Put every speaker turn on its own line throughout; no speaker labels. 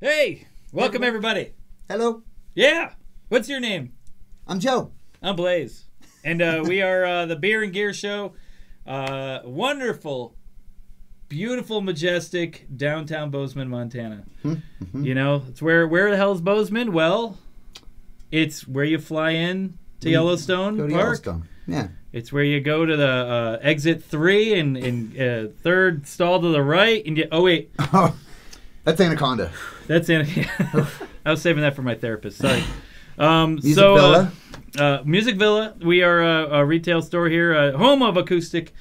Hey, welcome everybody.
Hello,
Yeah, what's your name?
I'm Joe.
I'm Blaze, and uh, we are uh, the Beer and Gear Show. Uh, wonderful, beautiful, majestic downtown Bozeman, Montana.
Hmm,
You know, it's where where the hell is Bozeman? Well, it's where you fly in to Yellowstone
Go to
Park.
Yellowstone. Yeah.
It's where you go to the uh, exit three and, and uh, third stall to the right, and you, oh wait,
Oh, that's Anaconda.
That's in. I was saving that for my therapist. Sorry. Um,
Music
so, uh,
Villa.
uh, Music Villa. We are a, a retail store here, uh, home of acoustic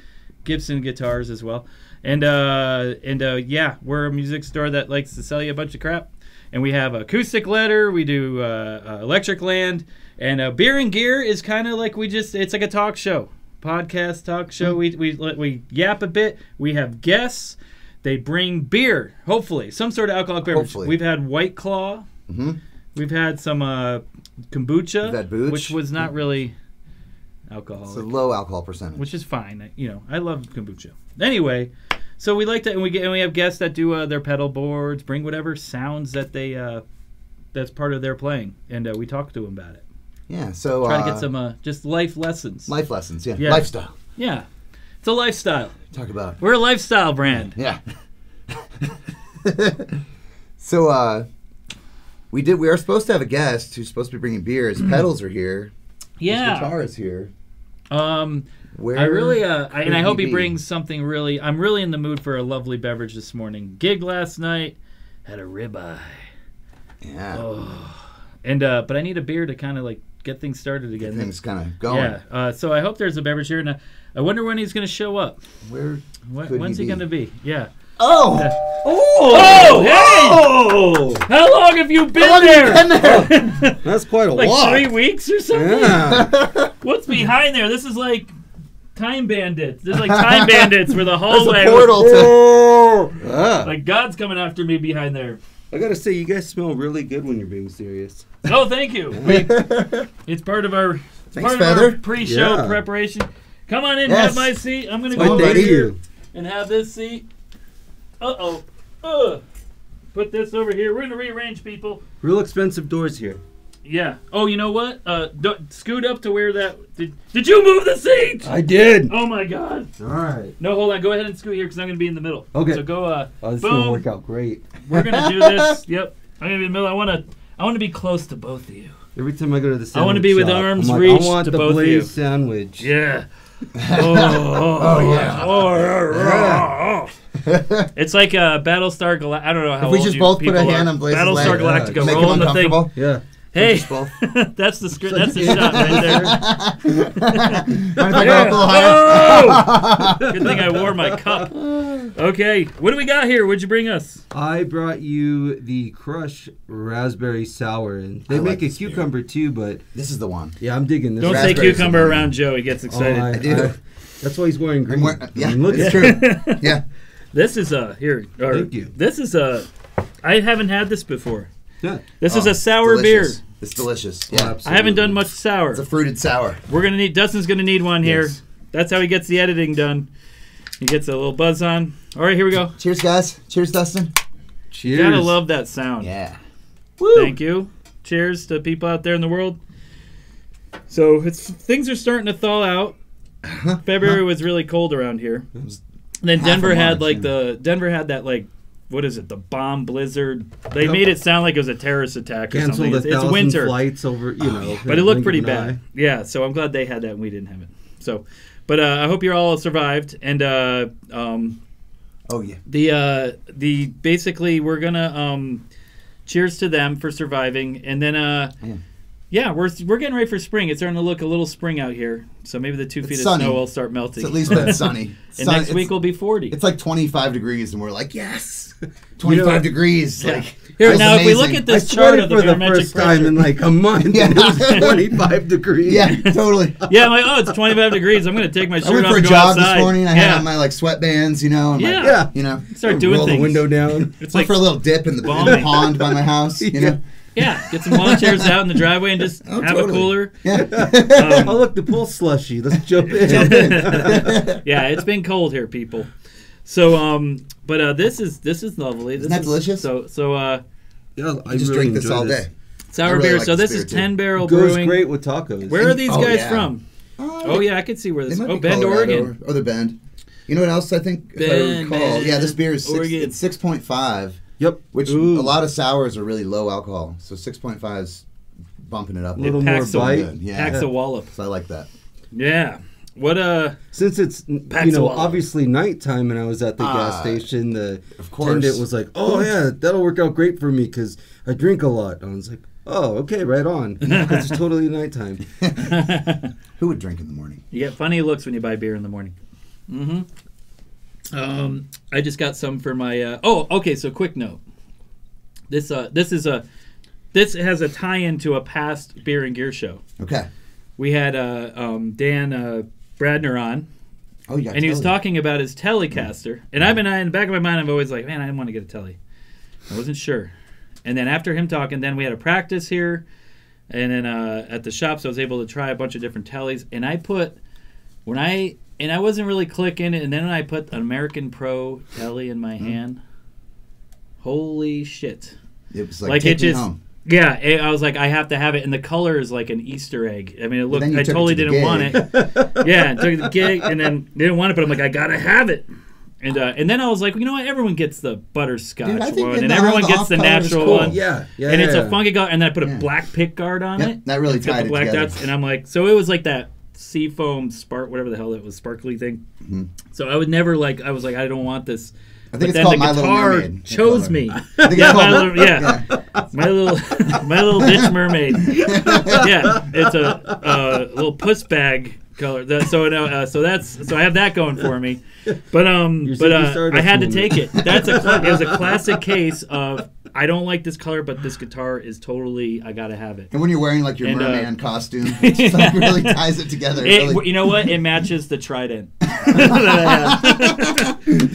Gibson guitars as well, and uh, and uh, yeah, we're a music store that likes to sell you a bunch of crap. And we have acoustic letter. We do uh, uh, electric land, and uh, beer and gear is kind of like we just. It's like a talk show, podcast talk
Hmm.
show. We we we yap a bit. We have guests. They bring beer, hopefully, some sort of alcoholic beverage.
Hopefully.
We've had White Claw.
Mhm.
We've had some uh, kombucha,
We've had booch.
which was not really
It's a
alcoholic,
low alcohol percentage.
which is fine. I- You know, I love kombucha. Anyway, so we like to, and we get, and we have guests that do uh, their pedal boards, bring whatever sounds that they, uh, that's part of their playing, and uh, we talk to them about it.
yeah. So
Try to
uh,
get some uh, just life lessons.
life lessons. Yeah.
Yeah.
Lifestyle.
yeah, it's a lifestyle.
Talk about.
We're a lifestyle brand.
Yeah. so uh, we did. We are supposed to have a guest who's supposed to be bringing beer. His pedals are here. His
Yeah.
guitar is here.
Um,
Where
I really, uh, I, and I
could
hope he
he be?
brings something really. I'm really in the mood for a lovely beverage this morning. Gig last night, had a ribeye,
Yeah.
oh. and uh, but I need a beer to kind of like get things started again.
Things kind of going.
yeah. Uh, so I hope there's a beverage here, and I, I wonder when he's going to show up.
Where?
When,
could
when's he,
he
going to be? Yeah.
Oh.
Oh, hey!
Oh,
How long have you been there?
that's quite a
like
lot.
three weeks or something.
Yeah.
What's behind there? This is like time bandits. There's like time bandits where the
There's
hallway.
a
was-
portal to.
Oh. Ah.
Like God's coming after me behind there.
I gotta say, you guys smell really good when you're being serious.
No, Oh, thank you. We, it's part of our it's
Thanks,
part of
Feather.
our pre-show
Yeah.
preparation. Come on in,
Yes.
have my seat. I'm gonna
Why,
go over
thank
here
you.
and have this seat. Uh oh. Ugh. Put this over here. We're gonna rearrange people.
Real expensive doors here.
Yeah. Oh, you know what? Uh, do scoot up to where that. Did, did you move the seat?
I did.
Oh my God.
All right.
No, hold on. Go ahead and scoot here because I'm gonna be in the middle.
Okay.
So go. Uh,
Oh, this
is gonna Boom. work
out great.
we're gonna do this. Yep. I'm gonna be in the middle. I wanna. I wanna be close to both of you.
Every time I go to the sandwich
I wanna be with
shop,
arms
I'm like,
reach
I want
to
the
both of
Blaze
you.
sandwich.
Yeah. Oh, oh,
yeah.
oh, oh, oh, oh. it's like a Battlestar Galactica. I don't know how
If we
old
just
you
both put a
people
hand
are.
on Blaze's
Battlestar
leg,
uh,
Galactica.
make him
Roll on the thing.
uncomfortable.
Yeah.
Hey,
Just both.
that's the script. That's the shot right there.
Mind if I go up a little higher?
Oh! Good thing I wore my cup. Okay, what do we got here? What'd you bring us?
I brought you the Crush Raspberry Sour, and they
I like
make a
this beer.
cucumber too. But
This is the one.
yeah, I'm digging this.
Don't say
Raspberry
cucumber
something.
around Joe. He gets
Oh,
excited.
I-
do.
I- that's why he's wearing green.
I'm wearing- yeah,
I mean, look
it's
at
true. Yeah.
This is a here. or-
Thank you.
This is a. I haven't had this before.
Yeah.
This is
Oh,
a sour
delicious.
beer.
It's delicious.
Oh,
Yeah.
I haven't
absolutely.
done much sour.
It's a fruited sour.
We're gonna need Dustin's gonna need one here.
Yes.
That's how he gets the editing done. He gets a little buzz on. All right, here we go.
Cheers, guys. Cheers, Dustin.
Cheers.
Gotta love that sound.
Yeah.
Thank you. Cheers to people out there in the world. So it's things are starting to thaw out. February was really cold around here.
Uh-huh, was
then
half a
Denver had
March,
like
yeah.
the Denver had that like what is it the bomb blizzard? They made it sound like it was a terrorist attack or
Cancel
something.
the
It's, it's
thousand
winter. Oh,
flights over, you know.
but it looked
blink
pretty
of an
bad. Yeah, so I'm glad they had that and we didn't have it. So, but uh, I hope you're all survived. And uh, um,
Oh yeah.
the uh, the basically we're gonna um, cheers to them for surviving. And then uh,
Yeah.
yeah, we're we're getting ready for spring. It's starting to look a little spring out here. So maybe the two feet
sunny.
of snow will start melting.
It's at least been sunny.
and
Sun-
next
it's,
week will be 40.
it's like 25 degrees, and we're like, yes, 25 degrees.
Yeah.
Like
Here
that's
now, if we look
amazing.
at
I
this chart
sweated
of the
for the
barometric
first
pressure,
time in like a month, and it was 25 degrees.
yeah, totally.
yeah, I'm like oh, it's 25 degrees. I'm gonna take my shirt
I went
off
for a
and go
jog
outside.
this morning. I
yeah.
had on my like sweatbands, you know. And
Yeah.
Like,
Yeah.
You know,
start doing
roll the
The
things.
window down.
It's
went
like
for a little dip in the, in the
Balmy.
pond by my house. You know.
Yeah, get some lawn chairs out in the driveway and just have
Oh, totally.
a cooler.
Yeah.
oh,
Um,
look, the pool slushy. Let's jump in.
yeah, it's been cold here, people. So, um, but uh, this is this is lovely. This
that
is-
delicious?
So, so uh,
yeah, I
just
really
drink this
enjoy
all
this.
day. I
Sour
really
beer.
like
so
this
this is
beer, too.
Ten Barrel
Goes
Brewing.
great with tacos.
Where are these
Oh,
guys
yeah.
from? Oh yeah, I could see where
They
this.
might
Oh,
be
Bend,
Colorado
Oregon.
Or, or the Bend. You know what else I think? if I
Bend,
recall, yeah, this
man.
beer is six,
Oregon.
it's six point five,
Yep.
which
Ooh.
a lot of sours are really low alcohol, so six point five is bumping it up.
Little
bit.
more
packs a-
bite.
Yeah.
Packs a wallop.
So I like that.
Yeah. What uh
Since it's you
Packs a
know
lot.
obviously nighttime and I was at the
Ah,
gas station, the
Of course,
attendant was like, "Oh yeah, that'll work out great for me because I drink a lot." And I was like, "Oh okay, right on." 'Cause it's totally nighttime.
who would drink in the morning?
You get funny looks when you buy beer in the morning. Mm-hmm. Um, I just got some for my. Uh, oh, okay. So quick note. This uh, this is a this has a tie-in to a past beer and gear show.
Okay.
We had uh, um, Dan uh, Bradner on,
Oh yeah.
and he was
totally.
talking about his Telecaster. And I've been in the back of my mind, I'm always like, man, I want to get a Tele. I wasn't sure. And then after him talking, then we had a practice here, and then uh, at the shops, I was able to try a bunch of different Teles. And I put when I and I wasn't really clicking, and then I put an American Pro Tele in my hand. Holy shit!
It was like,
like, it
take me
just-
home.
Yeah, I I was like, I have to have it, and the color is like an Easter egg. I mean, it looked.
then you
I
took it
totally
to the
didn't want
gig.
it. yeah, took it to the gig, and then they didn't want it, but I'm like, I gotta have it. And uh, and then I was like, you know what? Everyone gets the butterscotch
Dude, I think
one,
getting
and
the-
everyone
the
gets the
off-color is
natural
cool.
one.
yeah, yeah.
And it's a funky guard, and then I put a
Yeah.
black pick guard on
Yep,
it.
that really
It's got
tied
the
it
black
together.
dots, and I'm like, so it was like that seafoam spark, whatever the hell that was, sparkly thing.
Mhm.
So I would never like. I was like, I don't want this.
I think
but
it's
then
called
the
My Little
guitar
Mermaid. It's
chose
called-
me.
I think it's
Yeah,
called-
My Little- yeah. My little, my little bitch mermaid. yeah, it's a uh, little puss bag color. That, so now, uh, so that's so I have that going for me. But um,
Your
but
Ziggy
uh, I
Stardust
had to
moment.
take it. That's a cla- it was a classic case of I don't like this color, but this guitar is totally I gotta have it.
And when you're wearing like your
And, uh,
merman costume, it just, like, really ties it together.
It-
really.
you know what? It matches the trident. that I, had.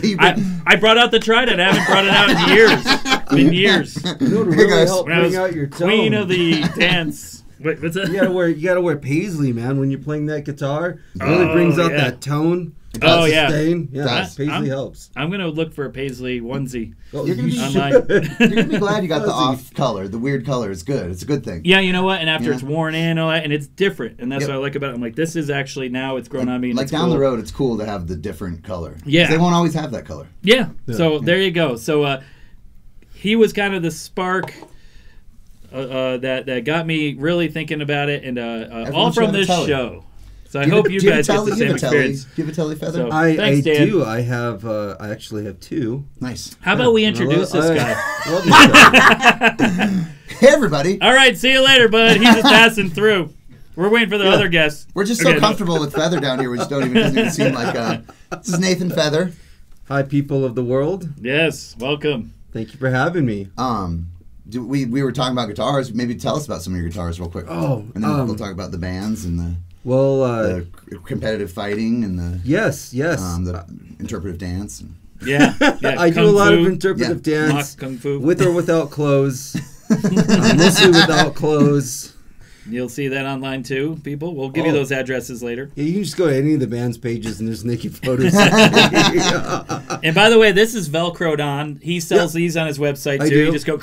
Even-
I, I brought out the trident. I haven't brought it out in years. Been years.
You know, to
Hey,
really
guys.
help
When I
bring
was
out your
queen
tone.
of the dance. Wait, what's that?
You gotta wear you gotta wear paisley, man, when you're playing that guitar. It really
Oh,
brings out
yeah.
that tone.
Oh,
that
yeah.
sustain. yeah.
Does.
Paisley
I'm-
helps.
I'm gonna look for a paisley onesie.
Oh,
You're gonna
you
be-
should-
Online.
You're gonna be glad you got the
Fuzzy.
off color, the weird color. It's good. It's a good thing.
Yeah, you know what? And after
Yeah.
it's worn in and all that, and it's different, and that's
Yep.
what I like about it. I'm like, this is actually now it's grown on me. And
Like
it's
down
cool.
the road, it's cool to have the different color. 'Cause
Yeah.
they won't always have that color.
Yeah. So there you go. So uh, he was kind of the spark. Uh, uh, that that got me really thinking about it, and uh, uh, all
Everyone should
from
have a
this
telly.
show. So I
Give
hope
it-
you
give it
guys get the
telly- give
same
it telly-
experience.
Give a telly feather. Uh,
So-
I, I
Thanks, Dan.
do. I have. Uh, I actually have two.
nice.
How about we introduce
I
this
love-
guy?
I love this guy.
Hey everybody,
All right, see you later, bud. He's just passing through. We're waiting for the other guests.
we're just so
Okay, no.
comfortable with feather down here. We just don't even doesn't even seem like. Uh, this is Nathan Feather.
Hi, people of the world.
Yes, welcome.
Thank you for having me.
Um, do, we we were talking about guitars. Maybe tell us about some of your guitars real quick.
Oh,
and then
um,
we'll talk about the bands and the,
Well, uh,
the c- competitive fighting and the
yes, yes.
um, the
Uh,
interpretive dance. And,
Yeah, yeah.
I do a
kung
lot of
fu,
interpretive
mock
dance,
kung fu.
with or without clothes. Uh, mostly without clothes.
You'll see that online too, people. We'll give you
Oh.
those addresses later.
Yeah, you can just go to any of the band's pages and there's naked photos. I
And by the way, this is Velcroed on. He sells these on his website too.
I do.
You just go.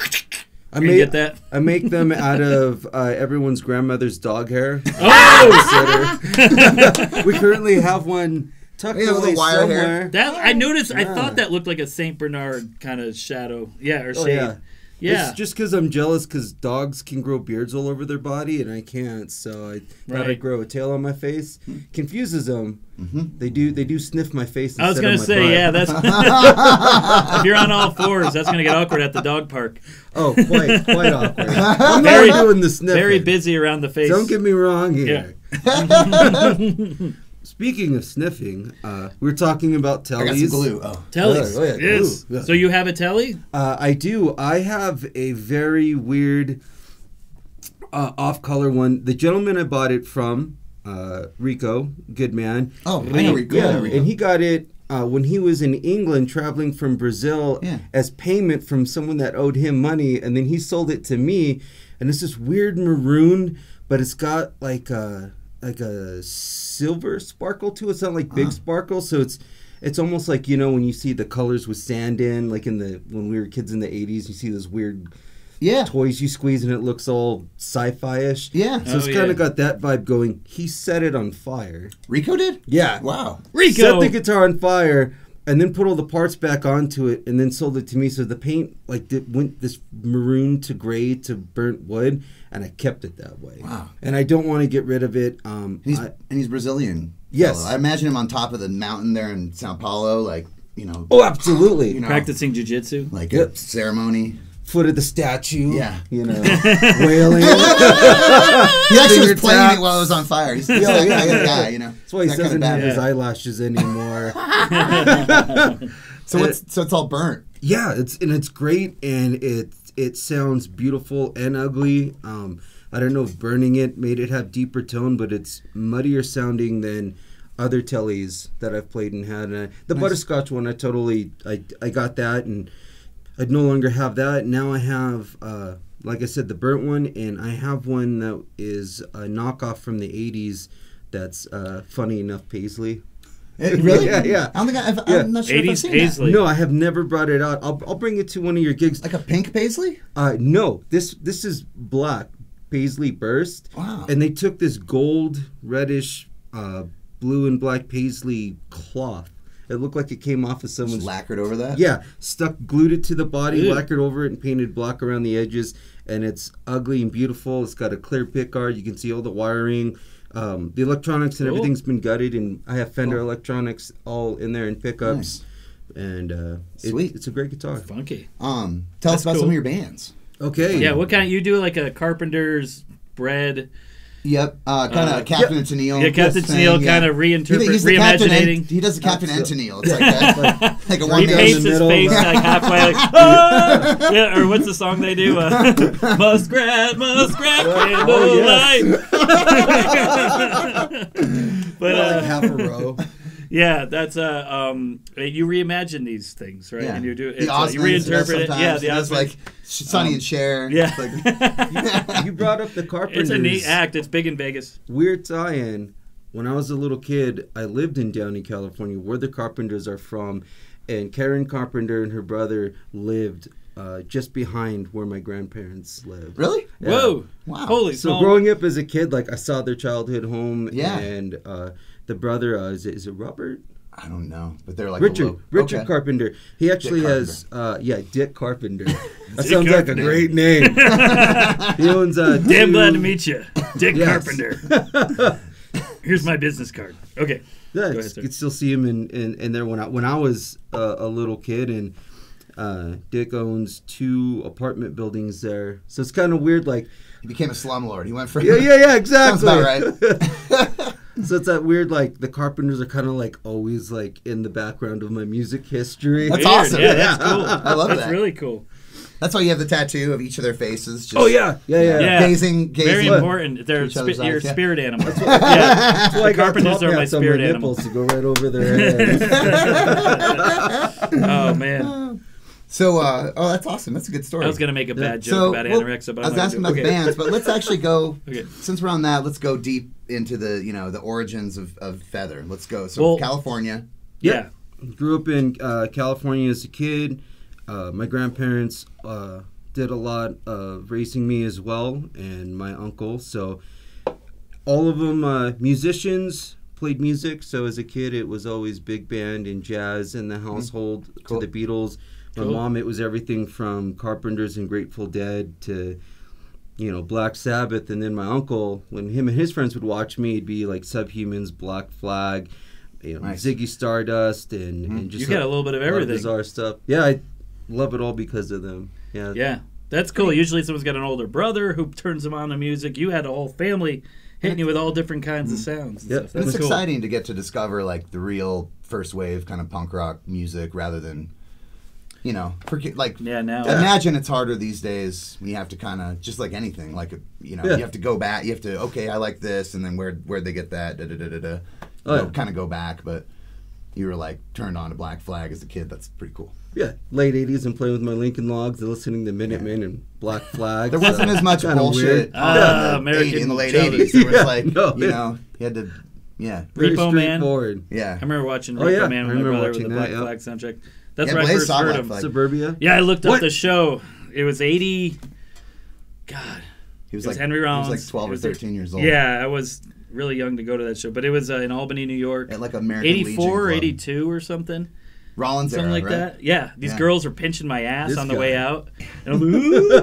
you
made
get that.
I make them out of uh, everyone's grandmother's dog hair.
Oh,
Ah! we currently have one tucked
Yeah, with the
away
wire hair.
somewhere.
that I noticed. I thought
Yeah.
that looked like a Saint Bernard kind of shadow. Yeah, or
Oh,
shade.
yeah.
yeah.
It's just because I'm jealous because dogs can grow beards all over their body and I can't, so I thought
Right.
I'd grow a tail on my face.
Hmm.
Confuses them.
Mm-hmm.
They do. They do sniff my face.
I was
instead
gonna
of my
say,
butt.
yeah, that's if you're on all fours, that's gonna get awkward at the dog park.
Oh, quite, quite awkward. I'm
Very-
very, doing the sniffing.
Very busy around the face.
Don't get me wrong here. Speaking of sniffing, uh, we're talking about
I got
tellies.
some glue. Oh,
Tellies.
Oh, yeah, yeah.
yes.
Ooh, yeah.
So you have a telly?
Uh, I do. I have a very weird uh, off color one. The gentleman I bought it from, uh, Rico, good man.
oh, I know Rico. I know Rico.
and he got it. Uh, when he was in England traveling from Brazil
Yeah.
as payment from someone that owed him money, and then he sold it to me, and it's this weird maroon, but it's got like a like a silver sparkle to it. It's not like
Uh-huh.
big sparkle, so it's it's almost like you know when you see the colors with sand in, like in the when we were kids in the '80s, you see those weird
Yeah.
toys you squeeze and it looks all sci-fi ish.
Yeah.
So it's
Oh,
kind of
yeah.
got that vibe going. He set it on fire.
Rico did?
Yeah.
Wow.
Rico.
Set the guitar on fire and then put all the parts back onto it and then sold it to me. So the paint like did, went this maroon to gray to burnt wood, and I kept it that way.
Wow.
And I don't want to get rid of it. Um,
And he's,
I-
and he's Brazilian.
Yes.
fellow. I imagine him on top of the mountain there in Sao Paulo, like, you know,
oh, absolutely.
you know
Practicing jujitsu.
like
Yep.
a ceremony.
Foot of the statue.
Yeah.
You know, wailing. Ah,
He actually was
Finger
playing
taps.
it while it was on fire. He's,
Yeah,
that
yeah,
kind of
yeah.
guy, you know.
That's why he
That kind of
doesn't have
bad.
his eyelashes anymore.
So it's so it's all burnt.
yeah, it's and it's great, and it it sounds beautiful and ugly. Um, I don't know if burning it made it have deeper tone, but it's muddier sounding than other tellies that I've played and had. And I, the butterscotch one, I totally I I got that, and I'd no longer have that. Now I have. Uh, like I said, the burnt one, and I have one that is a knockoff from the '80s. That's uh, funny enough, Paisley.
It- really?
Yeah, yeah.
I don't think I, I've,
Yeah.
I'm not sure if I've
80s
seen
Paisley.
No, I have never brought it out. I'll, I'll bring it to one of your gigs.
that. Like a pink paisley?
Uh, no, this this is black paisley burst,
Wow.
and they took this gold, reddish, uh, blue and black paisley cloth. It looked like it came off of
Just
someone's.
lacquered over that?
Yeah, stuck, glued it to the body,
Ew.
lacquered over it, and painted black around the edges. And it's ugly and beautiful. It's got a clear pickguard. You can see all the wiring. Um, the electronics and
Cool.
everything's been gutted, and I have Fender electronics all in there and pickups. And uh, it-
Sweet.
it's a great guitar.
Funky.
Um, tell
That's
us about
cool.
some of your bands.
Okay.
Yeah, what kind? you do like a carpenter's bread?
Yep. Uh, kind of
Uh,
Captain and Tennille.
Yeah, Captain
Oh, thing,
Neil
yeah.
kind of
He-
reinterpret,
he's the Captain and-
reimaginating.
he does the Captain and
Absolutely.
Tennille. It's like that. like, like a one
He
man.
down the
paints his
middle,
face
right?
like halfway, like ah! yeah. Or what's the song they do? Uh, muskrat, muskrat,
Oh,
candlelight. but
like
uh,
half a row.
yeah, that's uh, um, you reimagine these things, right?
Yeah.
And you do it's,
the
uh, you
Osmonds, does
reinterpret it. Yeah,
sometimes.
the
He does,
Osmonds.
like Sonny and Cher.
yeah.
It's Like,
You brought up the carpenters.
it's a neat act. It's big in Vegas.
Weird tie-in. When I was a little kid, I lived in Downey, California, where the Carpenters are from, and Karen Carpenter and her brother lived uh, just behind where my grandparents lived.
really?
Yeah.
Whoa!
Wow.
Holy
So
small-
growing up as a kid, like I saw their childhood home,
Yeah.
and uh, the brother uh, is, it, is it Robert?
I don't know, but they're like a
Richard
little-
Richard
okay.
Carpenter. He actually
Carpenter.
has uh, yeah Dick Carpenter. that sounds like a
Carpenter.
great name. he owns uh,
Damn
two-
glad to meet you, Dick
Yes.
Carpenter. Here's my business card. Okay.
Yeah,
ahead,
you
sir.
could still see him in, in, in there when I when I was uh, a little kid, and uh, Dick owns two apartment buildings there, so it's kind of weird. Like,
He became a slumlord. He went from
yeah, yeah, yeah,
Sounds
exactly.
about right.
so it's that weird. Like, the Carpenters are kind of like always like in the background of my music history.
That's
Weird.
awesome.
Yeah, that's cool.
I love
that's
that.
really cool.
That's why you have the tattoo of each of their faces. Just
Oh yeah, yeah, yeah.
Yeah.
Gazing, gazing.
Very important. They're
each other's
spi- your
eyes, yeah.
spirit animals. yeah.
That's why I
The
got
Carpenters
top
are my
hats on my
spirit animal.
nipples to go right over their heads.
Oh man,
So, uh, oh, that's awesome. That's a good story.
I was gonna make a bad joke
so,
about
well,
anorexia, but
I
I'm
was
not
asking
gonna
about
do it.
bands, but let's actually go.
Okay.
Since we're on that, let's go deep into the you know the origins of, of feather. Let's go. So
Well-
California.
Yeah.
grew up in uh, California as a kid. Uh, my grandparents uh, did a lot of raising me as well, and my uncle. So all of them uh, musicians played music. So as a kid, it was always big band and jazz in the household
Cool.
to the Beatles. My
Mm-hmm. Cool.
mom, it was everything from Carpenters and Grateful Dead to you know Black Sabbath, and then my uncle, when him and his friends would watch me, it'd be like Subhumans, Black Flag, you know
Nice.
Ziggy Stardust, and, and just
Mm-hmm. You got a little bit of
lot
everything.
bizarre stuff. Yeah, I love it all because of them. Yeah,
Yeah, that's cool. Usually, someone's got an older brother who turns them on to music. You had a whole family hitting you with all different kinds of sounds. And
Yep.
stuff.
It's
That's cool.
exciting to get to discover like the real first wave kind of punk rock music rather than, you know, for, ki- like
Yeah, now
Imagine it's harder these days. when You have to kind of just like anything, like you know,
Yeah.
you have to go back. You have to okay, I like this, and then where where'd they get that? Da da da da da.
Oh, yeah.
Kind of go back, but you were like turned on to Black Flag as a kid. That's pretty cool.
yeah. Late '80s and playing with my Lincoln Logs and listening to Minutemen and Black Flag.
There wasn't
so
as much
kinda
bullshit
weird.
on
Ah,
the
American
80 in the late
childhood.
eighties. There was
Yeah,
like
no,
you
yeah.
know, you had to, yeah,
Very
Repo Man.
straightforward.
yeah.
I remember watching
Oh,
Repo
yeah.
Man with
I
my
remember
brother with the
watching
Black
that,
Flag soundtrack. That's
Yeah,
where I
Blaze
first
saw
heard
Black
him.
Flag.
Suburbia.
Yeah, I looked up
What?
the show. It was '80. God,
He was
It was
like
Henry Rollins.
He was like twelve
It
or
was like-
thirteen years old.
yeah, I was really young to go to that show, but it was uh, in Albany, New York,
At like American
eighty four or
Legion Club.
eighty two or something,
Rollins
something
era,
like
right?
that. Yeah, these
Yeah.
girls were pinching my ass
This
on the
guy.
way out, and I'm like, "Ooh."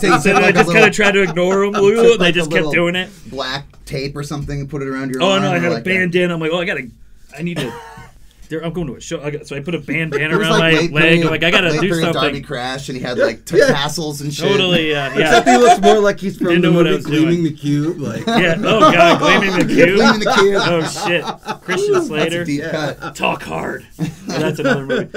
take-
So
take,
I
like, a
just kind
little
of tried to ignore them,
took,
and
like,
they
a
just kept
little-
doing it.
black tape or something and put it around your.
Oh
arm
no, I
or
had a
like
bandana. I'm like, oh, I gotta, I need to. There, I'm going to a show. I got, so I put a bandana
It was
around
like
my
late
leg.
period-
I'm like, I gotta
late
do
period Darby
something.
Crash, and he had
Yeah,
like t-
yeah.
tassels and shit.
Totally, uh,
Except
yeah,
he looks more like he's from
Didn't
the
know what I
movie
was doing.
Gleaming the Cube. Like,
yeah. Oh god, gleaming the cube.
Gleaming the Cube.
Oh shit, Christian
That's
Slater.
a deep
Yeah.
cut.
Talk hard. That's another movie.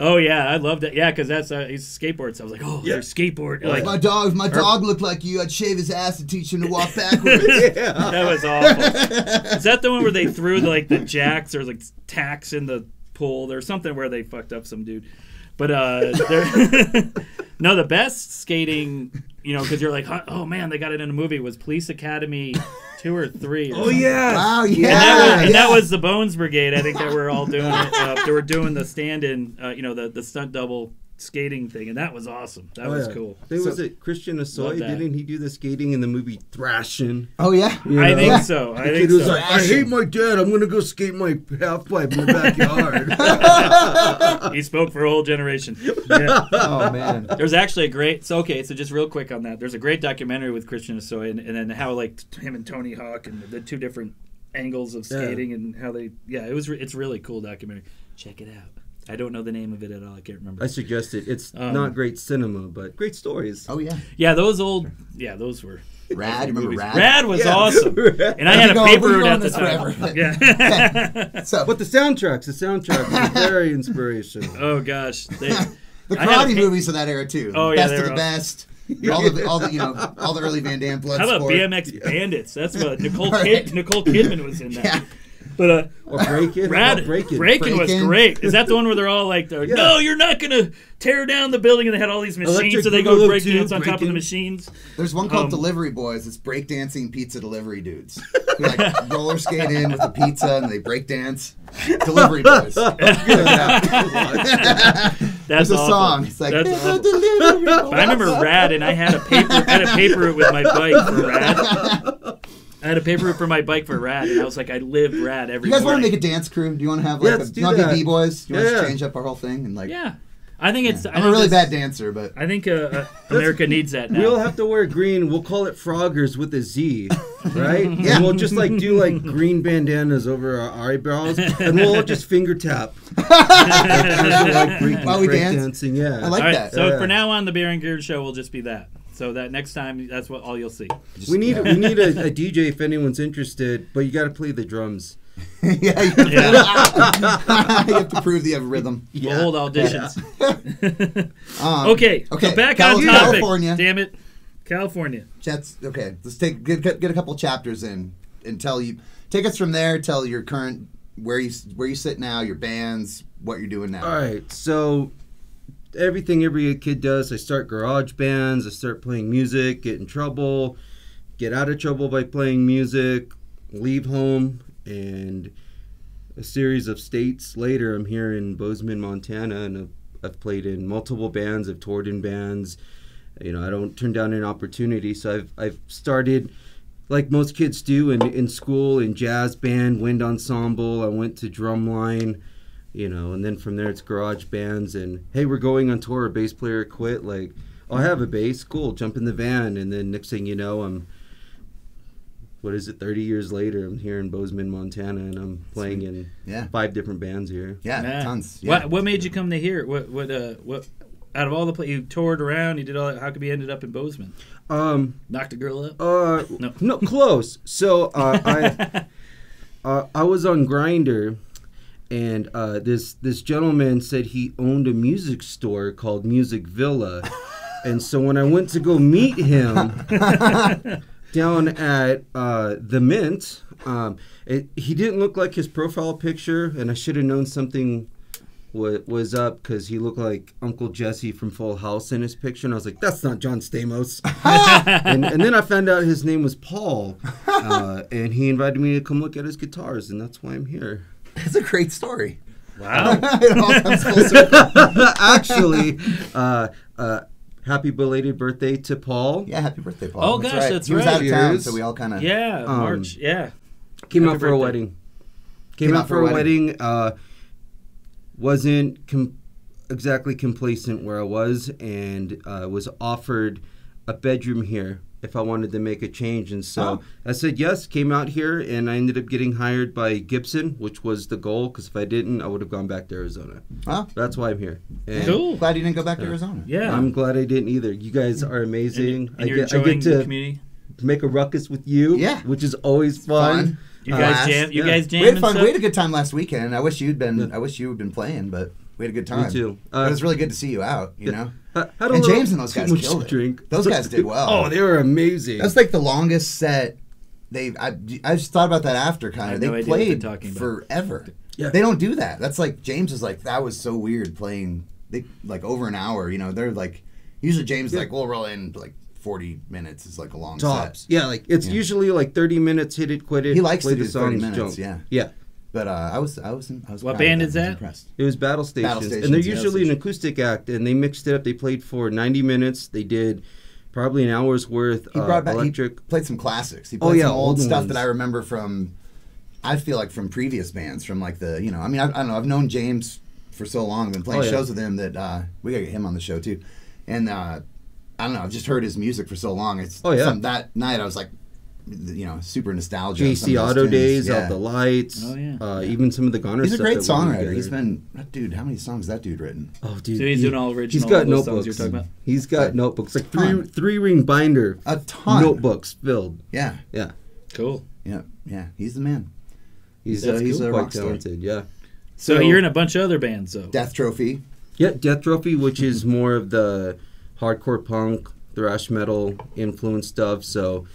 Oh yeah, I loved it. Yeah, because that's uh, he's skateboards. I was like, oh,
Yeah.
there's skateboard.
Like-
Like
My dog, if my dog looked like you, I'd shave his ass and teach him to walk backwards.
yeah.
that was awful. Is that the one where they threw like the jacks or like tacks in the pool? There's something where they fucked up some dude. But uh, there- no, the best skating, you know, because you're like, huh, oh man, they got it in a movie. Was Police Academy two or three? Or
Oh,
something.
yeah.
wow, yeah,
And that, was, and
yeah.
that was the Bones Brigade. I think that we're all doing it. Uh, they were doing the stand-in, uh, you know, the, the stunt double skating thing, and that was awesome. That
Oh,
was
yeah.
cool.
There
So-
was a Christian Asoy.
Love that.
Didn't he do the skating in the movie Thrashing?
Oh yeah,
You
I
know?
think
Yeah.
so. I
The
think
kid was
so.
like, I hate my dad. I'm gonna go skate my half pipe in the backyard.
he spoke for a whole generation. Yeah.
Oh man.
There's actually a great. So okay, so just real quick on that. There's a great documentary with Christian Asoy and, and then how like him and Tony Hawk and the two different angles of
Yeah.
skating and how they. Yeah, it was. Re- it's really cool documentary. Check it out. I don't know the name of it at all. I can't remember.
I suggest it. It's
Um,
not great cinema, but great stories.
Oh yeah.
yeah, those old. Yeah, those were.
Rad. You remember
movies.
Rad?
Rad was
Yeah.
awesome. And I
We
had a
go-
paper
we
route
go
at
on
the
this
time.
forever.
Yeah.
So
But the soundtracks, the soundtracks are very inspirational.
oh gosh. They,
the
I had a
karate
pa-
movies of that era too.
Oh, yeah,
best
they
of
were
the best. All the all the you know all the early Van Damme blood
How about
sport.
BMX Bandits? That's what Nicole
All
Kid-
right.
Nicole Kidman was in that.
Yeah.
But uh,
Or break it.
Brad,
or break
Breakin',
it.
was
Breakin'.
great. Is that the one where they're all like, they're,
Yeah.
"No, you're not gonna tear down the building," and they had all these machines,
Electric
so they go
Boogaloo
break
too,
dance on top of the
Breakin'.
machines.
There's one called
Um,
Delivery Boys. It's breakdancing pizza delivery dudes. Who like roller skate in with the pizza and they breakdance. Delivery Boys.
That's
There's a
awful.
song. It's like
That's
"There's a
awful.
delivery boy."
But I remember Rad, and I had a paper, I had a paper route with my bike for Rad. I had a paper route for my bike for Rad, and I was like, I lived Rad every
You guys want to
morning.
make a dance crew? Do you want to have
Yeah,
like
let's
a,
do
you want to
that.
be b boys? Do you want
Yeah.
to change up our whole thing and like?
yeah, I think it's. I
I'm a
think
really
this-
bad dancer, but
I think uh, uh, America needs that now.
We'll have to wear green. We'll call it Froggers with a Z, right? yeah. And we'll just like do like green bandanas over our eyebrows, and we'll all just finger tap. like break,
While we
break
dance?
dancing, yeah.
I like
all right,
that.
so
Yeah.
for now on, the Beer and Gear show will just be that. So that next time, that's what all you'll see.
we need we need a, a DJ if anyone's interested, but you got to play the drums.
yeah, you, you have to prove that you have rhythm.
We'll hold auditions.
Um,
Okay.
Okay,
So back on
Cali-
topic.
California.
Damn it. California.
That's okay. Let's take get, get, get a couple chapters in and tell you take us from there. Tell your current where you where you sit now, your bands, what you're doing now.
All right, so everything every kid does, I start garage bands, I start playing music, get in trouble, get out of trouble by playing music, leave home, and a series of states later, I'm here in Bozeman, Montana, and I've, I've played in multiple bands, I've toured in bands. You know, I don't turn down an opportunity, so I've I've started like most kids do in, in school in jazz band, wind ensemble. I went to drumline, you know, and then from there it's garage bands and hey, we're going on tour. A bass player quit. Like, oh, I have a bass. Cool, jump in the van. And then next thing you know, I'm what is it? Thirty years later, I'm here in Bozeman, Montana, and I'm playing in
Yeah.
five different bands here.
Yeah,
Nah.
tons. Yeah.
What what made you come to here? What what uh what out of all the places you toured around, you did all that. How come you ended up in Bozeman?
Um,
Knocked a girl up.
Uh,
No.
no, close. So uh, I, uh, I was on Grinder, and uh, this this gentleman said he owned a music store called Music Villa, and so when I went to go meet him down at uh, the Mint, um, it, he didn't look like his profile picture, and I should have known something. wa- was up because he looked like Uncle Jesse from Full House in his picture, and I was like, "That's not John Stamos." and, and then I found out his name was Paul, uh, and he invited me to come look at his guitars, and that's why I'm here.
That's a great story.
Wow.
it all comes full circle.
Actually, uh, uh, happy belated birthday to Paul.
Yeah, happy birthday, Paul.
Oh, gosh, that's
he was
right.
out of town,
Years.
so we all kind of.
Yeah,
Um,
March. Yeah.
Came
Happy
out for a
birthday.
wedding. Came, out, for a wedding. uh, wasn't com- exactly complacent where I was, and uh, was offered a bedroom here if I wanted to make a change. And so I said yes. Came out here, and I ended up getting hired by Gibson, which was the goal. Because if I didn't, I would have gone back to Arizona.
Wow.
That's why I'm here. And
Cool.
Glad you didn't go back to Arizona.
Yeah.
I'm glad I didn't either. You guys are
and,
amazing.
and
I,
you're
get, I
enjoying
get
the
to
community.
make a ruckus with you,
Yeah.
which is always fun.
Fun.
You
Uh,
guys
last-
jam. You
yeah.
guys
We had
jamming.
fun.
stuff?
We had a good time last weekend. I wish you'd been. I wish you had been playing, but we had a good time.
Me too. Uh,
But it was really good to see you out. You know,
Had a
And
little
James and those
too
guys
much
killed
to
it.
drink.
Those guys did well.
Oh, they were amazing.
that's like the longest set. They, I, I just thought about that after kind
I have
of.
no
They
idea what they're
played
talking about.
forever.
Yeah.
They don't do that. That's like James is like that was so weird playing. They like over an hour. You know, they're like usually James is like we'll roll in like forty minutes is like a long
tops.
set.
Yeah, like it's usually like thirty minutes. Hit it, quit it.
He likes
play
to
the
do 30
songs,
minutes,
jump.
yeah.
yeah.
But uh, I was I was I was
What
proud of
band
them.
is
I
that?
was impressed.
It was Battle Stations,
Stations,
and they're
yeah,
usually an acoustic act, and they mixed it up. They played for ninety minutes. They did probably an hour's worth.
He
uh,
brought back.
electric.
He played some classics. He
Oh,
played
yeah,
some old
old
stuff
ones.
that I remember from. I feel like from previous bands, from like the you know, I mean, I, I don't know. I've known James for so long. I've been playing
Oh, yeah.
shows with him that uh, we gotta get him on the show too. And uh, I don't know. I've just heard his music for so long. It's
Oh, yeah.
some- that night I was like, you know, super nostalgia. of some
JC
of those
Auto
tunes.
Days,
Yeah.
Out the Lights,
Oh, yeah.
uh, even some of the Goner
He's a
stuff
great
that we did
songwriter. He's
together.
been dude. How many songs that dude written?
Oh, dude,
So he's doing all
He's
original,
got
those songs
notebooks.
you're talking about?
He's got notebooks, like three
Ton.
three ring binder,
A ton.
notebooks filled.
Yeah,
Yeah,
Cool.
yeah, yeah. He's the man.
he's
That's
he's
cool.
quite
Rock star.
talented. Yeah,
So,
So-
you're in a bunch of other bands, though.
Death Trophy.
yeah. Death Trophy, which is more of the hardcore punk, thrash metal influence stuff. So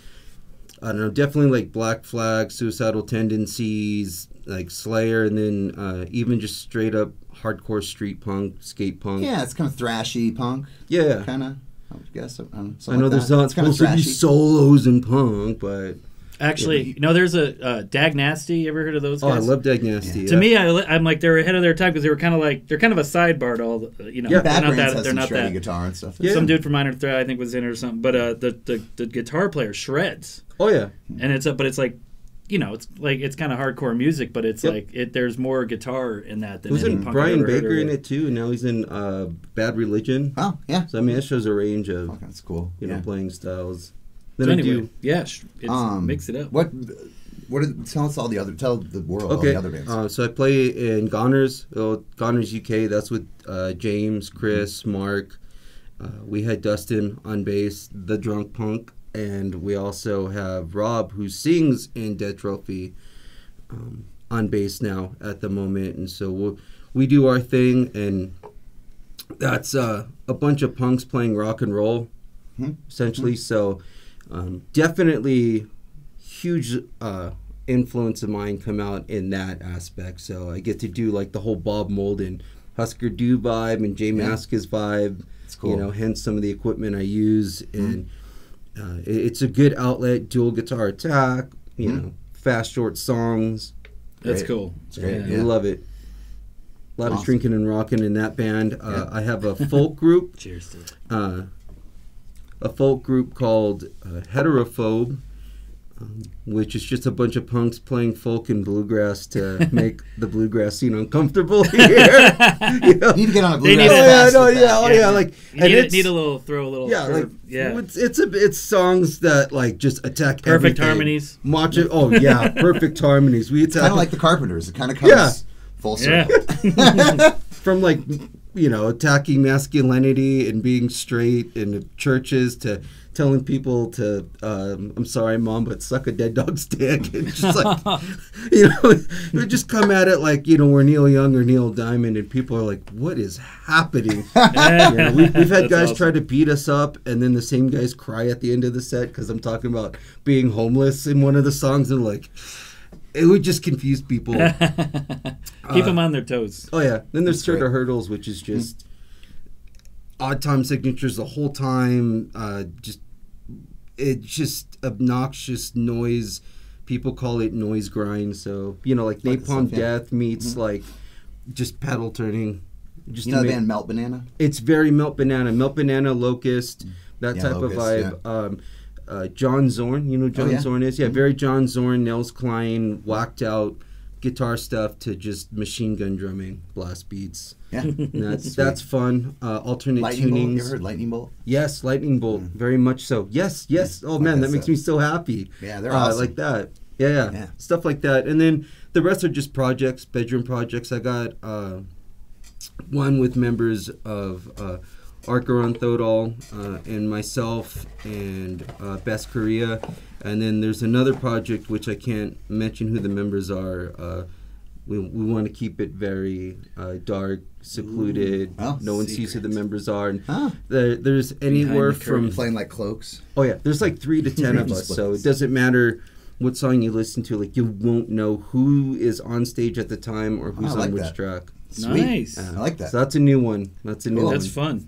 I don't know, definitely like Black Flag, Suicidal Tendencies, like Slayer, and then uh, even just straight up hardcore street punk, skate punk.
Yeah, it's kind of thrashy punk.
yeah.
kind of. I would guess. um, I, don't know,
I know there's not
kind of
supposed to be solos in punk, but
Actually, you know, there's a uh, Dag Nasty. You ever heard of those
oh,
guys?
I love Dag Nasty.
To me, I, li- I'm like they're ahead of their time because they were kind of like they're kind of a sidebar to all the uh, you know
Yeah.
they're
Bad
not
Brains
that they're
has some
not
shreddy
that
guitar and stuff.
Yeah.
some dude from Minor Threat I think was in it or something but uh the the, the guitar player shreds
oh yeah,
and it's a, but it's like you know it's like it's kind of hardcore music but it's
Yep.
like it there's more guitar in that than any
wasn't
punk I've
Brian
ever heard
Baker
of.
in it too? And now he's in uh, Bad Religion.
Oh yeah,
So I mean, that shows a range of
Fuck, that's cool.
you know
yeah.
playing styles.
So
Then I
anyway,
do.
yeah, sh- it's,
Um,
mix it up.
Um, What? What? Are, tell us all the other. Tell the world all
Okay,
the other bands.
uh, so I play in Goners, oh, Goners UK. That's with uh, James, Chris,
Mm-hmm.
Mark. Uh, we had Dustin on bass, the drunk punk, and we also have Rob, who sings in Dead Trophy, um, on bass now at the moment. And so we'll, we do our thing, and that's uh, a bunch of punks playing rock and roll,
Hmm.
essentially. So um, definitely huge uh, influence of mine come out in that aspect. So I get to do like the whole Bob Molden, Husker Du vibe, and Jay
Yeah.
Masca's vibe.
It's
You
cool. Mm-hmm.
know, hence some of the equipment I use, and uh, it- it's a good outlet. Dual guitar attack. You
Mm-hmm.
know, fast short songs.
That's
Great.
cool.
great,
Yeah.
We love it. A lot of
Awesome.
drinking and rocking in that band. Uh, I have a folk group,
Cheers to
uh, a folk group called uh, Heterophobe, um, which is just a bunch of punks playing folk and bluegrass to make the bluegrass scene uncomfortable here. You know?
you need to get on a
They
bluegrass.
need to-
Oh yeah,
fast
no,
with
yeah,
that.
oh
Yeah.
yeah, like
You need,
it's-
need a little throw a little
yeah, like
curve. yeah.
it's it's a it's songs that like just attack
Perfect
everything.
harmonies.
Macho, oh yeah, perfect harmonies. We attack
Kind of like the Carpenters. It kind of comes
Yeah.
full
Yeah.
circle.
from like you know attacking masculinity and being straight in churches to telling people to um, I'm sorry mom but suck a dead dog's dick and just like you know we just come at it like you know we're Neil Young or Neil Diamond and people are like what is happening you know, we've, we've had
That's
guys
awesome.
try to beat us up and then the same guys cry at the end of the set because I'm talking about being homeless in one of the songs and like it would just confuse people
Keep them on their toes.
Oh yeah. Then there's
great.
Turtle Hurdles, which is just odd time signatures the whole time. Uh, just it's just obnoxious noise. People call it noise grind. So you know, like
Like the
Napalm
stuff, yeah.
Death meets like just pedal turning. Just
You
to
know the
make-
band Melt Banana?
It's very Melt Banana, Melt Banana, Locust,
Mm.
that
Yeah,
type
Locust,
of vibe. Um, uh, John Zorn, you know who John
yeah. Mm-hmm.
Zorn is? Yeah, very John Zorn, Nels Klein, whacked out guitar stuff to just machine gun drumming, blast beats.
Yeah.
And that's that's fun. Uh, alternate
Lightning Bolt. You
tunings.
ever heard Mm. Lightning Bolt?
Yes, lightning bolt, very much so. Yes, yes. Oh man,
that
that makes
stuff.
me so happy.
Yeah, they're
Uh,
awesome.
Like that. Yeah, yeah,
Yeah.
stuff like that. And then the rest are just projects, bedroom projects. I got uh, one with members of uh, Archeron Thodol uh, and myself and uh, Best Korea. And then there's another project which I can't mention who the members are. Uh, we, we want to keep it very uh, dark, secluded.
Oh,
no one sees who the
secret.
members are. And
Huh.
there, there's anywhere
the curtain.
from
Playing like cloaks.
oh yeah, there's like three to ten of us, so it doesn't matter what song you listen to. Like you won't know who is on stage at the time or who's
I like
on which
that.
track.
Sweet.
Nice.
I like that.
So that's a new one. That's a new
Cool.
one.
That's fun.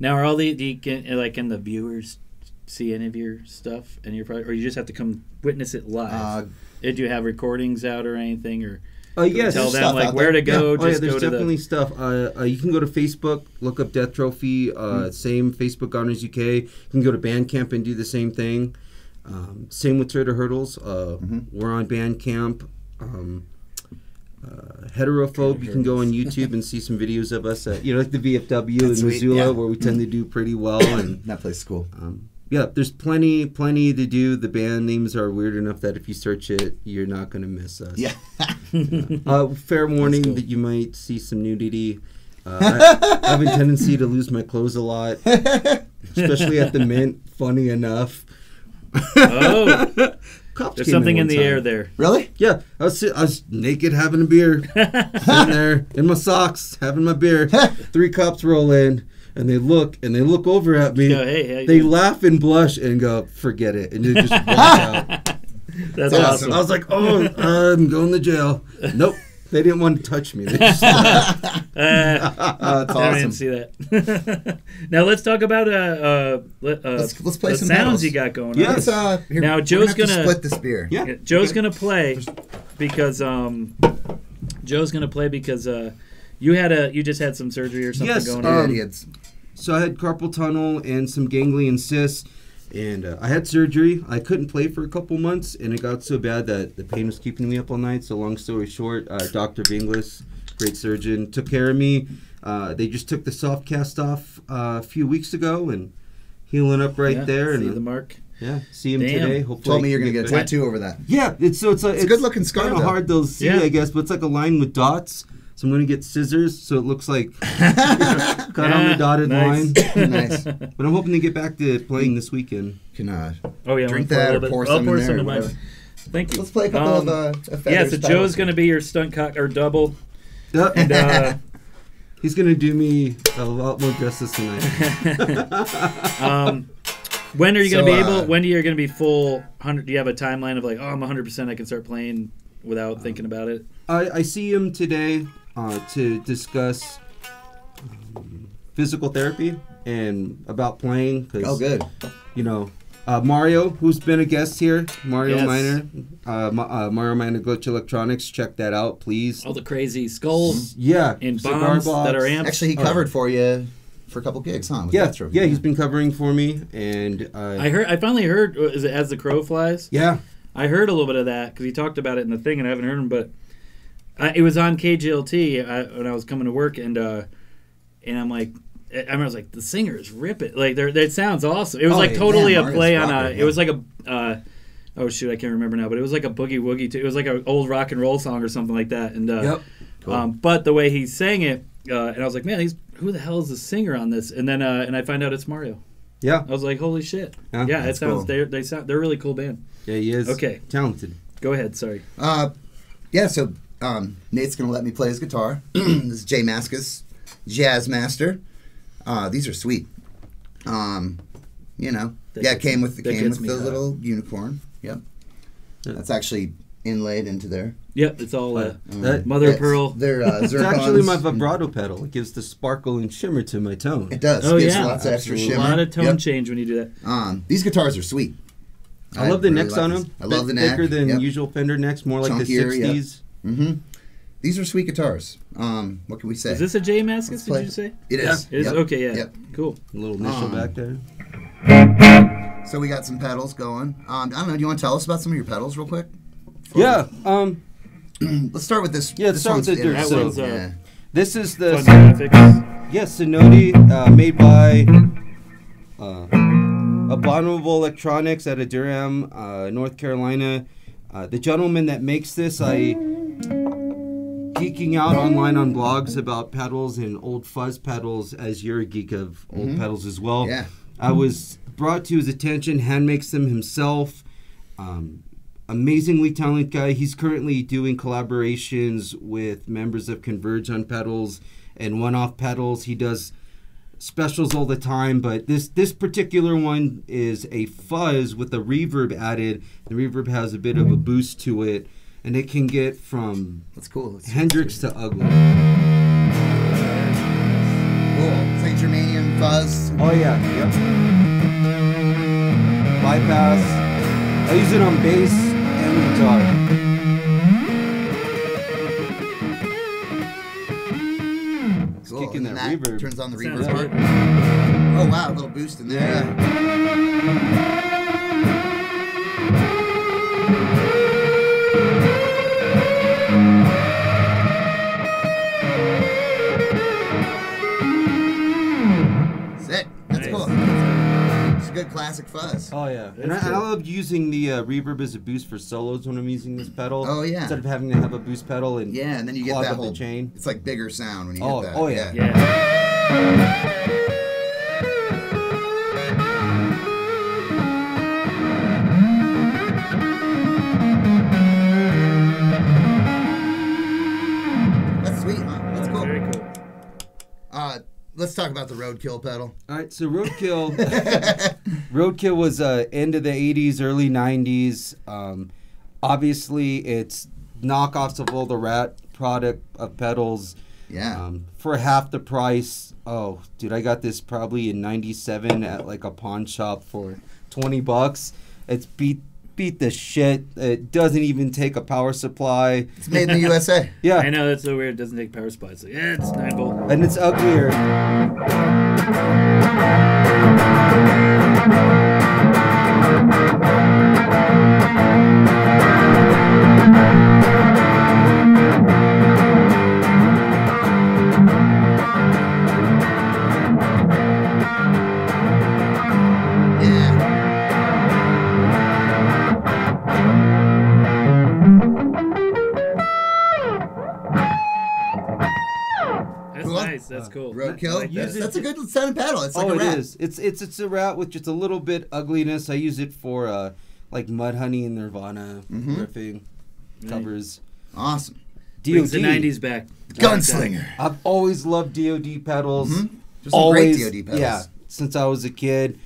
Now, are all the, do you can, like, can the viewers see any of your stuff and your project, or you just have to come witness it live?
Uh,
Did you have recordings out or anything, or
Oh yes.
tell
there's
them
stuff
like
out
where
there.
to go?
oh yeah,
just
there's
go to
definitely
the.
stuff. Uh, uh, you can go to Facebook, look up Death Trophy. Uh, Same Facebook Goners UK. You can go to Bandcamp and do the same thing. Um, same with Trader Hurdles. Uh, We're on Bandcamp. Um, uh, heterophobe. You can go on YouTube and see some videos of us. At, you know, like the VFW in
That's sweet,
Missoula,
yeah.
where we tend to do pretty well. And
that place is cool.
um, yeah, there's plenty, plenty to do. The band names are weird enough that if you search it, you're not gonna miss us.
Yeah.
Uh, fair warning that you might see some nudity. Uh, I, I have a tendency to lose my clothes a lot, especially at the mint. Funny enough,
Oh,
cops.
there's
came
something in
one
the
time.
air there.
really?
Yeah, I was, sit- I was naked having a beer, sitting there in my socks having my beer. Three cops roll in and they look and they look over at me.
Go, Oh, hey, how you
they
doing?"
laugh and blush and go, "Forget it," and they just walk out.
That's
Yeah,
awesome.
I was like, "Oh, I'm going to jail." Nope, they didn't want to touch me. They just
Uh,
Uh, that's
I
awesome.
didn't see that. now let's talk about uh, uh, let- uh
Let's- let's play
the
some
sounds
medals.
you got going
Yes.
on.
Let's, uh, here,
Now,
we're
Joe's
gonna, have
gonna-
to split this beer.
Yeah.
Yeah, Joe's gonna play because um, Joe's gonna play because uh, you had a you just had some surgery or something
Yes,
going
You
on.
um,
idiots.
So I had carpal tunnel and some ganglion cysts, and uh, I had surgery. I couldn't play for a couple months, and it got so bad that the pain was keeping me up all night. So long story short, uh, Dr. Vinglis, great surgeon, took care of me. Uh, they just took the soft cast off uh, a few weeks ago and healing up right
Yeah, see
there. and uh,
the mark.
yeah, see him
Damn.
today. Hopefully,
Told me you're
I
gonna
can
get a
better.
tattoo over that.
Yeah, it's so it's a, it's,
a good-looking scar,
Kind of
though.
hard to see,
Yeah.
I guess, but it's like a line with dots. So I'm gonna get scissors, so it looks like cut on the
Yeah,
dotted
nice.
line.
nice.
But I'm hoping to get back to playing this weekend.
Can, uh,
Oh yeah,
Drink
I'll
that
pour a
or
little
pour
bit- I'll
some in there or
mine.
whatever.
Thank you.
let's play a couple
Um,
of uh, of
yeah,
Feather's
so
titles.
Joe's gonna be your stunt cock or double,
Yep.
and uh,
He's gonna do me a lot more justice tonight.
um, when are you gonna
So,
be able?
uh,
when are you gonna be full hundred? Do you have a timeline of like, oh, I'm 100. percent I can start playing without thinking about it.
I, I see him today uh, to discuss um, physical therapy and about playing. Cause,
Oh, good.
You know, uh, Mario, who's been a guest here, Mario
Yes.
Miner, uh, Ma- uh, Mario Miner Glitch Electronics. Check that out, please.
All the crazy skulls
Yeah,
Oh. Mm-hmm. and
cigar
bombs that
box.
are amps.
Actually, he
All right.
covered for you for a couple gigs, huh? With
Yeah,
that trophy.
yeah, he's been covering for me, and uh,
I heard. I finally heard. uh, Is it as the crow flies?
yeah,
I heard a little bit of that because he talked about it in the thing, and I haven't heard him. But I, it was on KGLT I, uh, when I was coming to work, and uh, and I'm like, I I was like, the singers rip it. Like they're, that sounds awesome. It was
Oh,
like
yeah,
totally a
Mario's
play on a.
rocker, yeah.
It was like a. Uh, oh shoot, I can't remember now, but it was like a boogie woogie. Too. It was like an old rock and roll song or something like that. And uh,
Yep.
um, but the way he sang it, uh, and I was like, man, he's who the hell is the singer on this? And then uh, and I find out it's Mario.
yeah,
I was like, holy shit.
Yeah,
Yeah, it
that's
sounds
cool.
they they sound they're a really cool band.
yeah, he is
Okay.
talented.
Go ahead, sorry.
Uh, yeah, so um, Nate's going to let me play his guitar. this is Jay Maskus, Jazz Master. Uh, these are sweet. Um, you know,
That
yeah, it
gets
came
me-
with the
that
came
gets
with
me
the
hot.
little unicorn. Yep,
Yeah.
that's actually inlaid into there.
Yep, it's all uh,
That-
mother
It's-
of pearl.
They're uh,
It's actually
zircons. Mm.
my vibrato pedal. It gives the sparkle and shimmer to my tone.
It does.
Oh,
gives
yeah.
lots of extra
Absolutely.
A
shimmer.
lot of tone
Yep.
change when you do that.
Um, these guitars are sweet.
I, love the
really
necks
like
on
these.
them.
I love the
Bit
neck.
Thicker than
Yep.
usual Fender necks, more like
Chunkier,
the
yeah.
60s.
Mm-hmm. these are sweet guitars. Um, what can we say?
Is this a J Maskus,
play.
did you say?
it is.
It is?
Yep.
Okay, yeah.
Yep.
Cool.
little initial
Um,
back there.
So we got some pedals going. Um, I don't know. Do you want to tell us about some of your pedals real quick?
Yeah. Um.
Let's start with this.
Yeah,
this
let's start with
one's
the dirt
interesting.
That one's, uh,
yeah.
This is
Fun
the
graphics.
yes Sinodi uh, made by uh, Abominable Electronics out of Durham, uh, North Carolina. Uh, the gentleman that makes this, I geeking out online on blogs about pedals and old fuzz pedals. As you're a geek of old pedals as well,
Yeah.
I was brought to his attention. Hand makes them himself. Um, amazingly talented guy. He's currently doing collaborations with members of Converge on pedals and one-off pedals. He does specials all the time, but this this particular one is a fuzz with a reverb added. The reverb has a bit of a boost to it, and it can get from
That's cool. That's
Hendrix to
cool.
Ugly.
Saint Germanium fuzz.
Oh yeah, yep. Bypass. I use it on bass and guitar.
Cool.
kicking
and
that reverb.
Turns on the
Sounds
reverb part.
good.
Oh wow, a little boost in there. Yeah. Sick. That's
Nice.
cool. It's a good classic fuzz.
Oh yeah, and I,
That's
and I
cool.
love using the uh, reverb as a boost for solos when I'm using this pedal.
Oh, yeah.
instead of having to have a boost pedal and
Yeah, and then you get
clog
that
up
whole
the chain.
It's like bigger sound when you
Oh,
get that.
oh, yeah.
Yeah.
That's sweet, huh? That's cool.
Very cool.
Uh, let's talk about the roadkill pedal.
All right, so Roadkill, Roadkill was uh, end of the '80s, early '90s. Um, obviously, it's knockoffs of all the Rat product of pedals.
Yeah.
um, for half the price. Oh, dude, I got this probably in '97 at like a pawn shop for 20 bucks. It's beat beat the shit. It doesn't even take a power supply.
it's made in the USA.
Yeah,
I know that's so weird. It doesn't take power supply. It's like, yeah, it's nine volt.
and it's uglier.
Yeah.
That's
Cool.
nice. That's cool. I
Roadkill.
like
That's,
that.
that's a good sounding pedal. It's like
oh,
a
it
rat.
is. It's it's it's a rat with just a little bit ugliness. I use it for uh like Mud Honey and Nirvana riffing covers.
Awesome.
Brings
DOD.
the '90s back.
Gunslinger.
I've always loved DOD pedals.
There's some great DOD pedals.
Yeah, since I was a kid.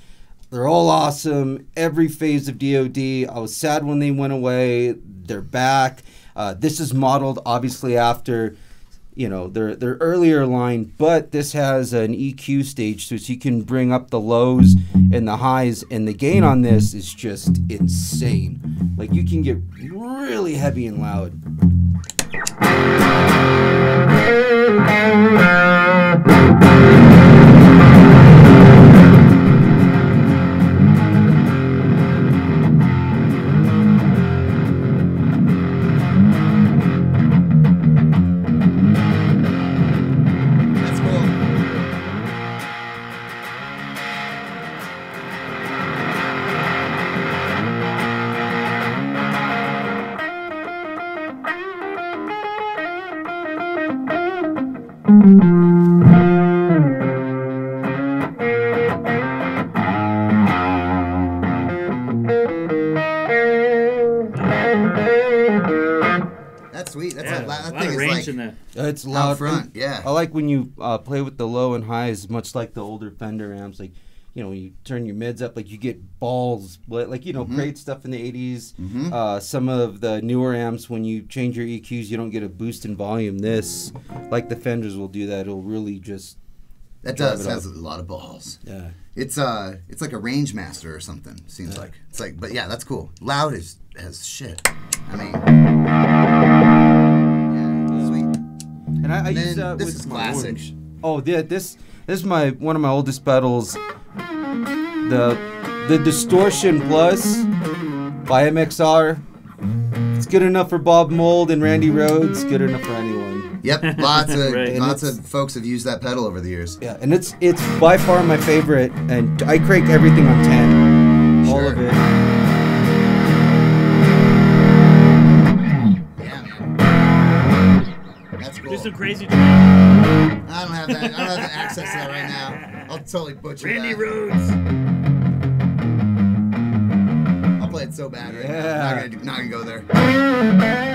They're all awesome. Every phase of DOD. I was sad when they went away. They're back. Uh, this is modeled obviously after, you know, their their earlier line, but this has an EQ stage, so you can bring up the lows and the highs, and the gain on this is just insane. Like you can get really heavy and loud.
That's cool. That's sweet. That's
Yeah,
a, la-
a
that
lot
thing
of
is
range
like
in that.
Uh, It's loud
out front. Yeah.
I like when you uh, play with the low and highs, much like the older Fender amps. Like, you know, when you turn your mids up, like you get balls. Like, like, you know,
Mm-hmm.
great stuff in the 80s. Uh, some of the newer amps, when you change your EQs, you don't get a boost in volume. This, like the Fenders will do that, it'll really just.
that
drive
does
it
has a lot of balls.
Yeah.
It's uh, it's like a range master or something. Seems like it's like, but yeah, that's cool. Loud as as shit. I mean, yeah, sweet.
I, I
And
use
then
that
this
with
is
my
classic.
orange. Oh, yeah, this this is my one of my oldest pedals. The the distortion plus by MXR. It's good enough for Bob Mold and Randy Rhodes. Good enough for anyone.
Yep, lots of
Right.
lots of folks have used that pedal over the years.
Yeah, and it's it's by far my favorite, and I crank everything on ten. All of
Sure.
it.
Yeah, man. That's cool.
Just some crazy track.
I don't have that. I don't have the access to that right now. I'll totally butcher
Randy
that.
Rhodes.
I'll play it so bad right now.
Yeah.
Not gonna, do- not gonna go there.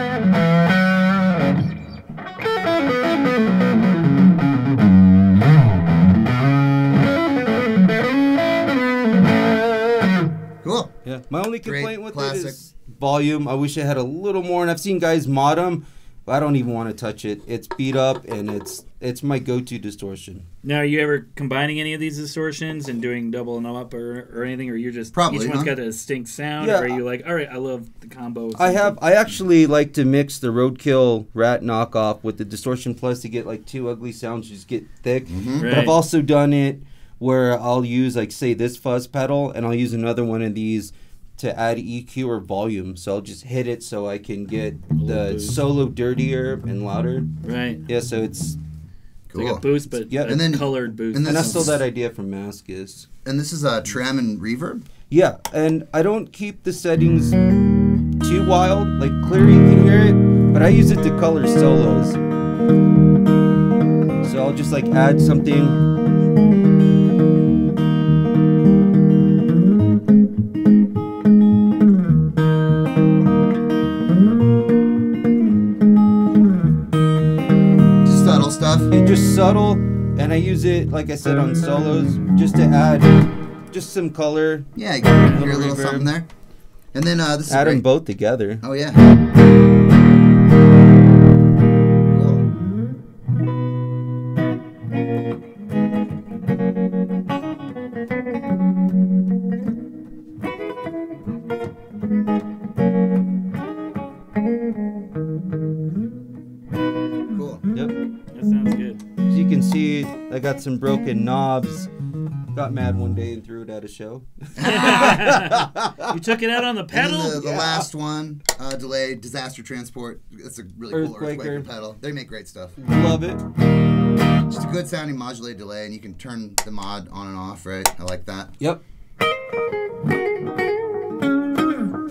Cool.
Yeah. My only
Great
complaint with
classic.
it is volume. I wish it had a little more. And I've seen guys mod them. But I don't even want to touch it. It's beat up and it's it's my go-to distortion.
Now, are you ever combining any of these distortions and doing double and up or, or anything, or you're just
Probably,
each one's
huh?
got a distinct sound,
Yeah,
or are you like, all right, I love the combo?
I have I actually like to mix the Roadkill Rat knockoff with the Distortion Plus to get like two ugly sounds just get thick. But
Right.
I've also done it where I'll use like say this fuzz pedal and I'll use another one of these to add EQ or volume. So I'll just hit it so I can get the solo dirtier and louder.
right,
Yeah, so it's
Cool.
like a boost, but
Yeah,
yeah,
and then-
colored boost.
and then-
and I stole that idea from Mask is.
And this is a trem and reverb.
Yeah, and I don't keep the settings too wild, like clear you can hear it, but I use it to color solos. So I'll just like add something.
Just subtle stuff.
and just subtle and i use it like i said on solos just to add just some color
Yeah, you can hear a
Little
little
reverb.
something there. And then uh, this is
add them
great.
both together
Oh yeah. Cool. Cool.
yep
that sounds good.
as you can see i got some broken knobs got mad one day and threw it at a show
You took it out on the
And
pedal.
then the, the
Yeah.
last one, uh, delay, disaster transport. That's a really cool
Earthquaker.
earthquaker pedal. They make great stuff.
love it
Just a good sounding modulated delay, and you can turn the mod on and off, right? I like that.
yep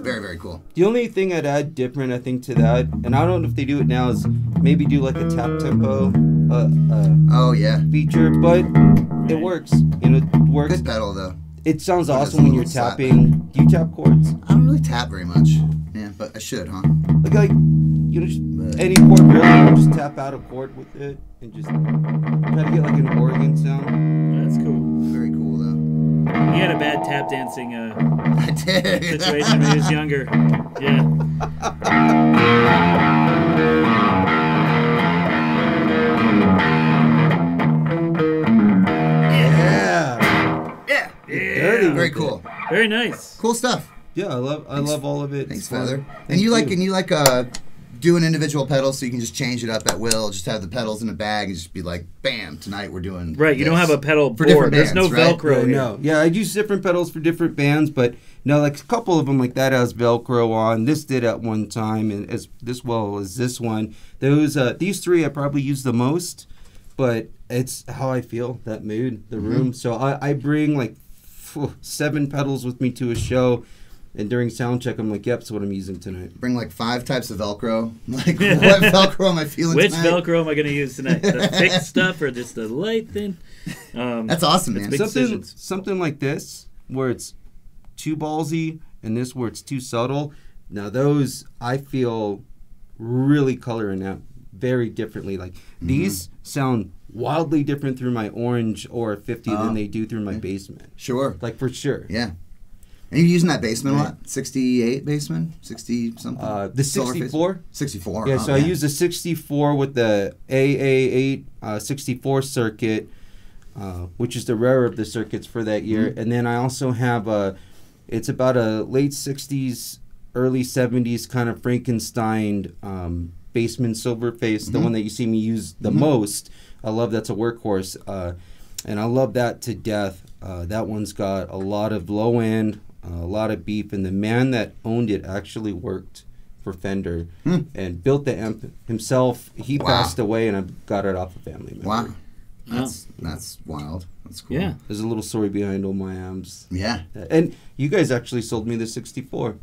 Very, very cool.
The only thing I'd add different, I think, to that, and I don't know if they do it now, is maybe do like a tap tempo uh, uh,
Oh, yeah.
feature, but it works. You know, it works.
Good pedal, though.
It sounds
But it's
awesome when
a
you're
little slap.
tapping. Do you tap chords?
I don't really tap very much. Yeah, but I should, huh?
Like, like you know, just any chord really, just tap out a chord with it and just try to get like an organ sound.
That's cool.
Very cool, though.
He had a bad tap dancing uh,
I did.
situation when he was younger. Yeah,
Yeah.
yeah.
Dirty
Very
with
cool.
it.
very nice.
Cool stuff.
Yeah, I love, I love all of it.
Thanks,
It's fun.
Feather.
Thank
and you like, and you like, uh, do an individual pedal so you can just change it up at will. Just have the pedals in a bag and just be like, bam, tonight we're doing.
Right, you don't
this.
have a pedal
For
board.
different
There's no
bands, right?
Velcro. here.
Yeah, no. Yeah, I use different pedals for different bands, but no, like a couple of them like that has Velcro on. This did at one time, and as this well as this one. Those uh, these three I probably use the most, but it's how I feel that mood, the room. So I, I bring like phew, seven pedals with me to a show. And during sound check, I'm like, "Yep, that's what I'm using tonight."
Bring like five types of Velcro. Like, what Velcro am I feeling
Which
tonight?
Velcro am I going to use tonight? The thick stuff or just the light thin? Um,
That's awesome, man.
big-
something
decisions.
something like this where it's too ballsy and this where it's too subtle now those i feel really coloring out very differently like
Mm-hmm.
these sound wildly different through my orange or 50
Oh.
than they do through my basement
Sure.
like for sure
Yeah. And you're using that basement a lot? 68 basement? 60 something?
uh, the
Solar phase?
64
64.
Yeah,
oh,
so I use the 64 with the AA8 uh, 64 circuit, uh, which is the rarer of the circuits for that year. And then I also have a, it's about a late 60s, early 70s kind of Frankenstein um, Spaceman Silverface, the one that you see me use the most. I love that's a workhorse, uh, and I love that to death. Uh, that one's got a lot of low end, uh, a lot of beef, and the man that owned it actually worked for Fender and built the amp himself. He passed away, and I got it off a family member.
Wow. That's that's wild. That's cool.
Yeah.
There's a little story behind all my amps.
Yeah.
And you guys actually sold me the 64.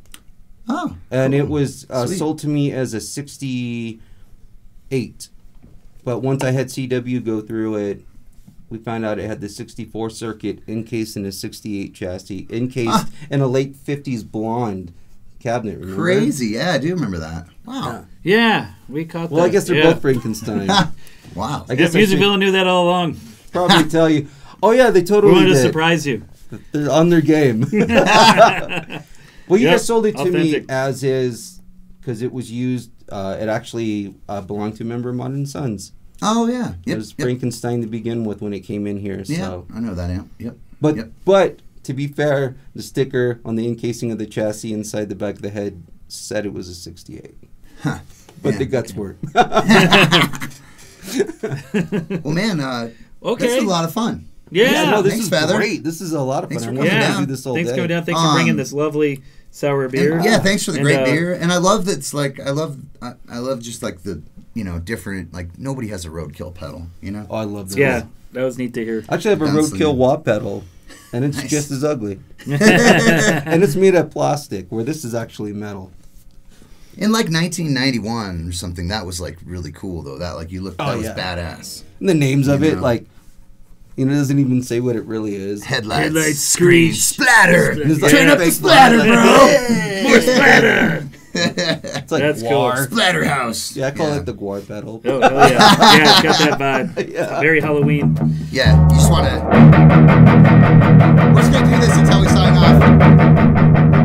Oh.
And it was uh,
Sweet.
sold to me as a 68. But once I had CW go through it, we found out it had the 64 circuit encased in a 68 chassis, encased
Ah.
in a late 50s blonde cabinet. remember?
Crazy. Yeah, I do remember that. Wow.
Yeah, we caught.
Well, I
that.
guess they're
yeah.
both Frankenstein. I
Wow.
Yeah,
guess I
Music
should
Villa knew that all along.
probably tell you. Oh, yeah, they
We
totally
wanted to
did.
surprise you.
They're on their game. well, you
Yep,
guys sold it to
authentic.
me as is because it was used. Uh, it actually uh, belonged to a member of Modern Sons.
Oh yeah.
it
Yep.
was
yep.
Frankenstein to begin with when it came in here.
Yeah.
So,
I know that amp. Yep.
but
Yep.
but to be fair, the sticker on the encasing of the chassis inside the back of the head said it was a '68.
Huh.
But
Yeah.
the guts were.
Well, man. Uh,
Okay.
This is a lot of fun.
Yeah.
Yeah,
no, this
Thanks,
is
Feather.
great. This is a lot of fun.
Thanks
I
for
want
coming
to
yeah.
down.
do this all
Thanks
day.
coming down. Thanks
Um,
for bringing this lovely sour beer.
And, yeah, thanks for the
And,
great
uh,
beer. And I love that it's like I love I, I love just like the you know different like nobody has a roadkill pedal. You know.
Oh, I love this.
Yeah, that was neat to hear.
I actually have a
Absolutely.
roadkill wah pedal, and it's
Nice.
just as ugly. and it's made of plastic, where this is actually metal.
In like 1991 or something, that was like really cool though. That like you looked that
Oh,
was
yeah.
badass.
And the names of it,
Yeah.
like, you know, it doesn't even say what it really is.
Headlights,
Headlights,
scream,
screech.
splatter.
It's like
Turn up the
fake
splatter,
blood.
bro. More splatter.
It's like
That's cool.
guar.
Splatterhouse.
Yeah, I call it the guar pedal.
Oh, hell yeah. yeah, it's got that vibe.
Yeah.
Very Halloween.
Yeah, you just want to. We're just gonna do this until we sign off.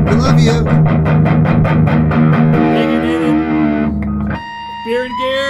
We love you.
Thank you, Nathan. Beer and Gear,